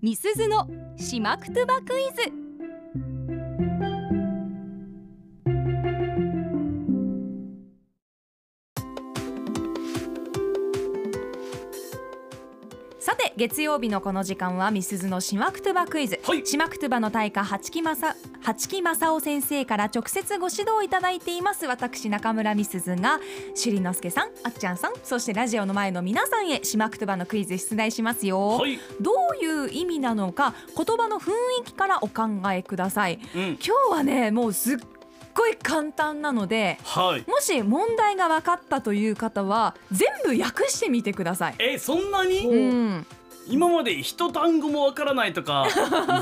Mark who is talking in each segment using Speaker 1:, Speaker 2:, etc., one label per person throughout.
Speaker 1: みすずのしまくとばクイズ
Speaker 2: さて月曜日のこの時間はみすずのしまくとばクイズ、
Speaker 3: はい
Speaker 2: しまくとばの大家八木正八木正夫先生から直接ご指導いただいています私中村みすずが朱里之助さんあっちゃんさんそしてラジオの前の皆さんへしまくとばのクイズ出題しますよ、
Speaker 3: はい、
Speaker 2: どういう意味なのか言葉の雰囲気からお考えください
Speaker 3: うん、
Speaker 2: 今日はねもうすっごい簡単なので
Speaker 3: はい。
Speaker 2: もし問題が分かったという方は全部訳してみてください。
Speaker 3: え、そんなに、
Speaker 2: うん、
Speaker 3: 今まで一単語もわからない とか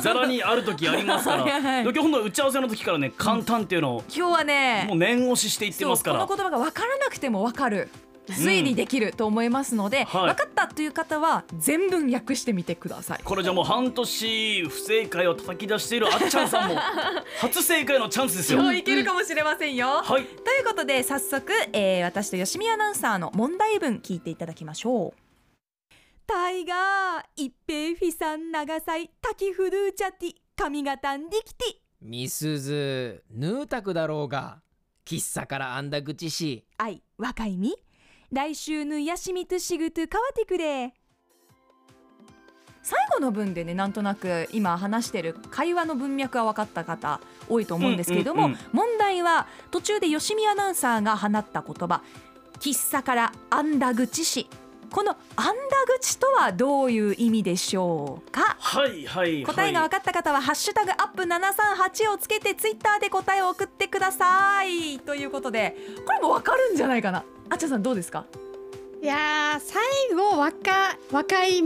Speaker 3: ざらにある時ありますから
Speaker 2: はいはい
Speaker 3: 今日ほんと打ち合わせの時からね簡単っていうのを
Speaker 2: 今日はね
Speaker 3: もう念押ししていってますか
Speaker 2: そう
Speaker 3: ら
Speaker 2: この言葉が分からなくても分かる推理できると思いますので、
Speaker 3: はい
Speaker 2: 分かったという方は全文訳してみてください。
Speaker 3: これじゃもう半年不正解を叩き出しているあっちゃんさん も初正解のチャンスですよ。
Speaker 2: 今
Speaker 3: は
Speaker 2: 日いけるかもしれませんよ。
Speaker 3: い、
Speaker 2: ということで早速、えー、私と吉見アナウンサーの問題文聞いていただきましょうタイガー一平フィさん長祭滝フルーチャティ髪型んディキティ
Speaker 4: みすずヌータクだろうが喫茶からあんだ口し
Speaker 2: 愛若いみ来週ぬやしみとしぐとかわてくれ最後の文でねなんとなく今話してる会話の文脈は分かった方多いと思うんですけれども、
Speaker 3: うんうんうん
Speaker 2: 問題は途中で吉見アナウンサーが放った言葉喫茶からあんだ口しこのあんだ口とはどういう意味でしょうか
Speaker 3: はいはい
Speaker 2: 答えが分かった方は「ハッシュタグアップ #738」をつけてツイッターで答えを送ってくださいということでこれも分かるんじゃないかなあっちゃんさんどうですか、
Speaker 5: いやー最後若若い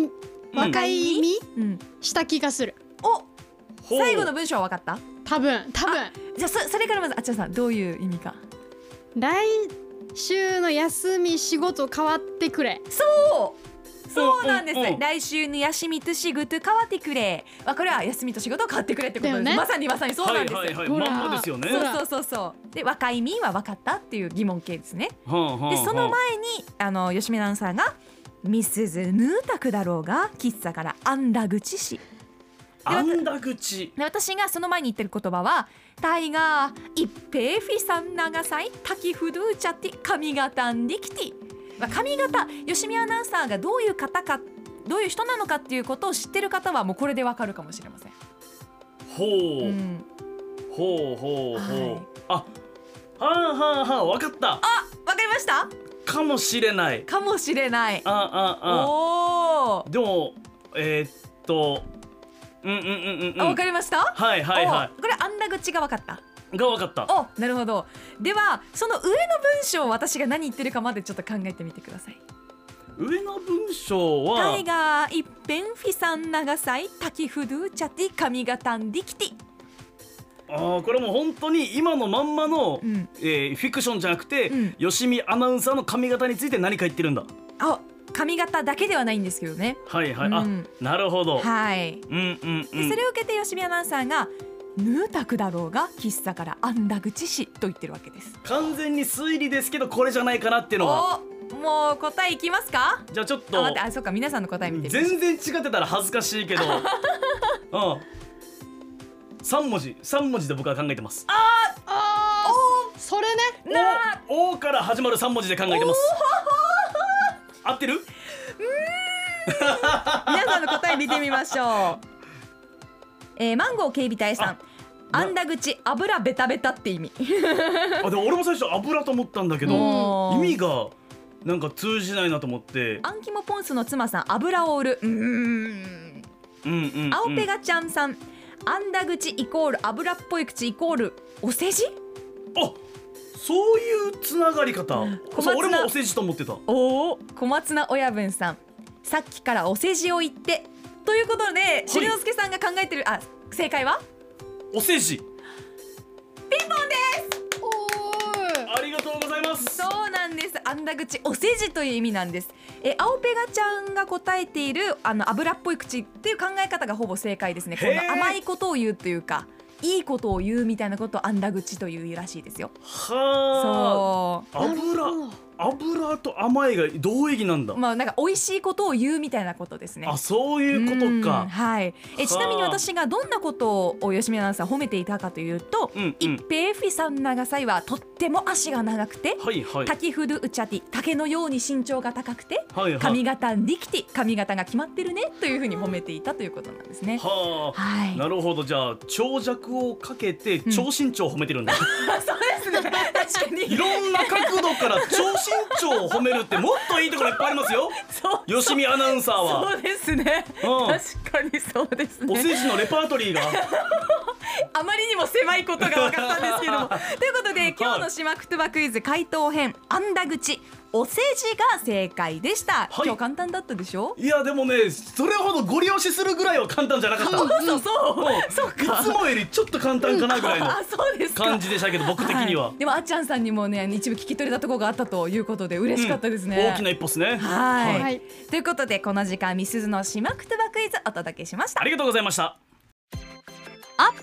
Speaker 5: 若いみ
Speaker 2: うん、
Speaker 5: した気がする。
Speaker 2: お
Speaker 3: ほう
Speaker 2: 最後の文章は分かった
Speaker 5: 多分多分
Speaker 2: じゃあそそれからまずあっちゃんさんどういう意味か
Speaker 5: 来週の休み仕事変わってくれ。
Speaker 2: そうそうなんです、
Speaker 3: うんうんうん
Speaker 2: 来週の休みと仕事変わってくれまあこれは休みと仕事変わってくれってことです、
Speaker 5: だよね
Speaker 2: まさにまさにそう
Speaker 3: は
Speaker 2: なん
Speaker 3: い
Speaker 2: です、
Speaker 3: はいはい
Speaker 5: ほら
Speaker 3: まんまですよね。
Speaker 2: そう
Speaker 5: ら
Speaker 2: そうそうそうで若いみは分かったっていう疑問形ですね
Speaker 3: はあはあ
Speaker 2: でその前にあの吉見アナウンサーが「ミスズヌータクだろうが喫茶からあんだ口し」
Speaker 3: あんだ口
Speaker 2: で私がその前に言ってる言葉は「タイガー一平フィさん長祭滝フドゥーチャティ髪型んできて」まあ、髪型吉見アナウンサーがどういう方かどういう人なのかっていうことを知ってる方はもうこれでわかるかもしれません。
Speaker 3: ほう、
Speaker 2: うん、
Speaker 3: ほうほうほう、
Speaker 2: はい
Speaker 3: あはあはあはあわかった
Speaker 2: わかりました
Speaker 3: かもしれない
Speaker 2: かもしれない。
Speaker 3: あああ
Speaker 2: おお
Speaker 3: でもえー、っとうんうんうんうんうん
Speaker 2: あわかりました、
Speaker 3: はいはいは
Speaker 2: おこれあんだ口がわかった
Speaker 3: いがわかった
Speaker 2: おなるほどではその上の文章を私が何言ってるかまでちょっと考えてみてください
Speaker 3: 上の文章
Speaker 2: タ
Speaker 3: は
Speaker 2: イガー一辺フィさん長祭滝フドゥチャティ髪型んディキティ
Speaker 3: あーこれもう本当に今のまんまの、
Speaker 2: うん
Speaker 3: えーフィクションじゃなくて、
Speaker 2: うん
Speaker 3: 吉見アナウンサーの髪型について何か言ってるんだ
Speaker 2: あ髪型だけではないんですけどね
Speaker 3: はいはい、
Speaker 2: うん
Speaker 3: あなるほど、
Speaker 2: はい
Speaker 3: うんうんう
Speaker 2: で
Speaker 3: ん
Speaker 2: それを受けて吉見アナウンサーが「ヌータクだろうが喫茶からあんだ口し」と言ってるわけです
Speaker 3: 完全に推理ですけどこれじゃないかなっていうのは
Speaker 2: おもう答えいきますか
Speaker 3: じゃあちょっ
Speaker 2: あ
Speaker 3: と
Speaker 2: 待ってあそうか皆さんの答え見てみましょう
Speaker 3: 全然違ってたら恥ずかし いけどうん三文字三文字で僕は考えてます
Speaker 5: あーそれね。
Speaker 2: な
Speaker 3: おおから始まる三文字で考えてます合ってる
Speaker 2: 皆さんの答え見てみましょう。 えー、マンゴー警備隊さん。
Speaker 3: あ
Speaker 2: あんだ口油ベタベタって意味。
Speaker 3: あでも俺も最初油と思ったんだけど
Speaker 2: も
Speaker 3: 意
Speaker 2: う
Speaker 3: 味がなんか通じないなと思って
Speaker 2: アンキモポンスの妻さん油を売る。うーん。
Speaker 3: うんうん、うん、
Speaker 2: 青ペガちゃんさん。あんだ口イコール油っぽい口イコールお世辞。
Speaker 3: あそういうつながり方
Speaker 2: 小松菜
Speaker 3: そう俺もお世辞と思ってた
Speaker 2: おお。小松菜親分さん。さっきからお世辞を言って。ということで、しりのすけさんが考えてる、あ、正解は。
Speaker 3: お世辞
Speaker 5: おー
Speaker 3: ありがとうございます
Speaker 2: そうなんです。あんだ口お世辞という意味なんです。え、青ペガちゃんが答えているあの油っぽい口っていう考え方がほぼ正解ですね。こ
Speaker 3: へー
Speaker 2: の甘いことを言うというか、いいことを言うみたいなことをあんだ口というらしいですよ。
Speaker 3: はあ
Speaker 2: そ
Speaker 3: 油
Speaker 5: なるほど
Speaker 3: 油と甘いが同意義なんだ、
Speaker 2: まあなんか美味しいことを言うみたいなことですね
Speaker 3: あ。そういうこと
Speaker 2: うんは
Speaker 3: か
Speaker 2: い。
Speaker 3: はあ
Speaker 2: えちなみに私がどんなことを吉見アナウンサー褒めていたかというと、
Speaker 3: うんう
Speaker 2: 一
Speaker 3: ん
Speaker 2: 平フィさん長さいはとっても足が長くて、
Speaker 3: はいはい
Speaker 2: 滝フルウチャティ竹のように身長が高くて。
Speaker 3: はいはい
Speaker 2: 髪型リキティ髪型が決まってるねというふうに褒めていたということなんですね。
Speaker 3: はあ
Speaker 2: はい。
Speaker 3: なるほどじゃあ長尺をかけて
Speaker 2: ん
Speaker 3: 超身長を褒めてるんだ、
Speaker 2: そうですね。確か
Speaker 3: い
Speaker 2: に。
Speaker 3: ろんな角度から超身長を褒めるってもっといいところいっぱいありますよ
Speaker 2: そう。
Speaker 3: 吉見アナウンサーは
Speaker 2: そうですね。
Speaker 3: うん
Speaker 2: 確かにそうです
Speaker 3: お
Speaker 2: ね。
Speaker 3: 世辞のレパートリーが
Speaker 2: あまりにも狭いことが分かったんですけど も。ということで今日の島くとばクイズ回答編あんだ口お世辞が正解でした。
Speaker 3: はい
Speaker 2: 今日簡単だったでしょ？
Speaker 3: いやでもねそれほどご利用しするぐらいは簡単じゃなかった、
Speaker 2: あそうそう。そう
Speaker 3: いつ
Speaker 2: か。
Speaker 3: もよりちょっと簡単かなぐらいの
Speaker 2: あそうですか。
Speaker 3: 感じでしたけど僕的には、
Speaker 2: いでもあっちゃんさんにもね一部聞き取れたところがあったということで嬉しかったですね、
Speaker 3: うん大きな一歩ですね
Speaker 2: はい、
Speaker 5: はい
Speaker 2: ということでこの時間みすずのしまくとばクイズお届けしました
Speaker 3: ありがとうございました
Speaker 1: アッ